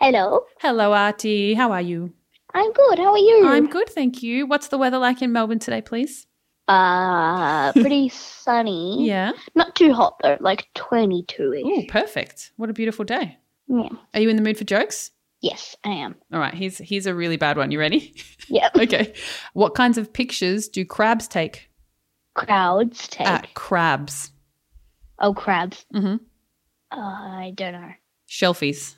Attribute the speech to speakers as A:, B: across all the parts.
A: Hello.
B: Hello, Artie. How are you?
A: I'm good. How are you?
B: I'm good, thank you. What's the weather like in Melbourne today, please?
A: uh pretty sunny.
B: Yeah.
A: Not too hot though, like 22 ish.
B: Oh, perfect. What a beautiful day.
A: Yeah.
B: Are you in the mood for jokes?
A: Yes, I am.
B: All right, here's here's a really bad one. You ready?
A: Yeah.
B: okay. What kinds of pictures do crabs take?
A: Crowds take.
B: Ah, crabs.
A: oh, crabs.
B: hmm
A: Uh, I don't know.
B: Shelfies.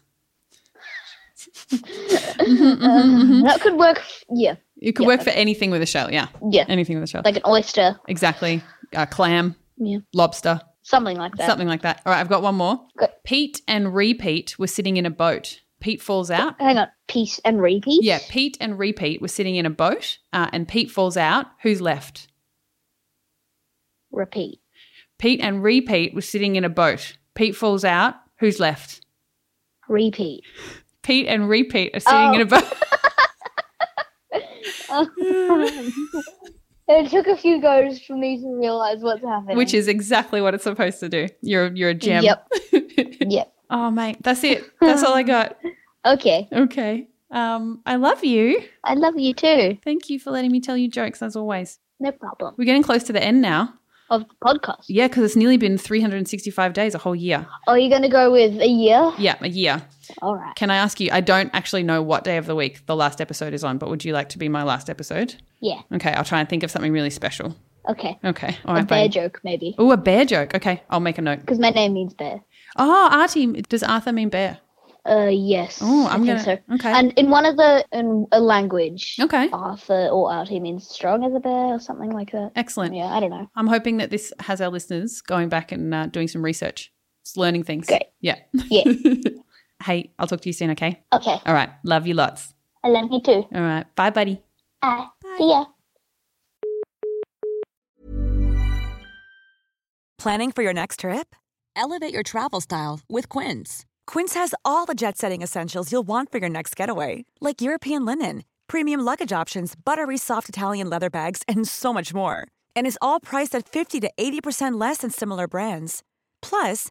B: Mm-hmm,
A: Um, that could work. f- Yeah.
B: You could
A: Yeah.
B: work for anything with a shell. Yeah,
A: Yeah.
B: anything with a shell.
A: Like an oyster.
B: exactly. A clam,
A: Yeah.
B: lobster,
A: Something like that.
B: something like that. All right, I've got one more.
A: Go.
B: Pete and Repeat were sitting in a boat. Pete falls out.
A: Hang on. Peace and repeat.
B: Yeah, Pete and Repeat were sitting in a boat, uh, and Pete falls out. Who's left?
A: Repeat.
B: Pete and Repeat were sitting in a boat. Pete falls out. Who's left?
A: Repeat.
B: Pete and Repeat are sitting
A: Oh.
B: in a boat.
A: it took a few goes for me to realize what's happening.
B: Which is exactly what it's supposed to do. You're you're a gem.
A: Yep. Yep.
B: oh mate, that's it. That's all I got.
A: Okay.
B: Okay. Um, I love you.
A: I love you too.
B: Thank you for letting me tell you jokes as always.
A: No problem.
B: We're getting close to the end now.
A: Of the podcast.
B: Yeah, because it's nearly been 365 days, a whole year.
A: Oh, you're going to go with a year?
B: Yeah, a year.
A: All right.
B: Can I ask you? I don't actually know what day of the week the last episode is on, but would you like to be my last episode?
A: Yeah.
B: Okay, I'll try and think of something really special.
A: Okay.
B: Okay. All
A: A
B: right.
A: bear
B: Bye.
A: joke, maybe.
B: Oh, a bear joke. Okay, I'll make a note.
A: Because my name means bear.
B: Oh, Artie, does Arthur mean bear?
A: Uh, yes.
B: Oh, I'm
A: I
B: gonna.
A: think so.
B: Okay.
A: And Oh, in one of the in a language,
B: okay.
A: Arthur or Artie means strong as a bear or something like that.
B: Excellent.
A: Yeah, I don't know.
B: I'm hoping that this has our listeners going back and uh, doing some research, just learning things.
A: Great.
B: Yeah.
A: Yeah.
B: hey, I'll talk to you soon. Okay.
A: Okay,
B: All right. Love you lots.
A: I love you too.
B: All right. Bye, buddy.
A: Uh,
B: Bye.
A: see ya.
C: Planning for your next trip? Elevate your travel style with Quince. Quince has all the jet setting essentials you'll want for your next getaway, like European linen, premium luggage options, buttery soft Italian leather bags, and so much more. And is all priced at 50 to 80% less than similar brands. Plus,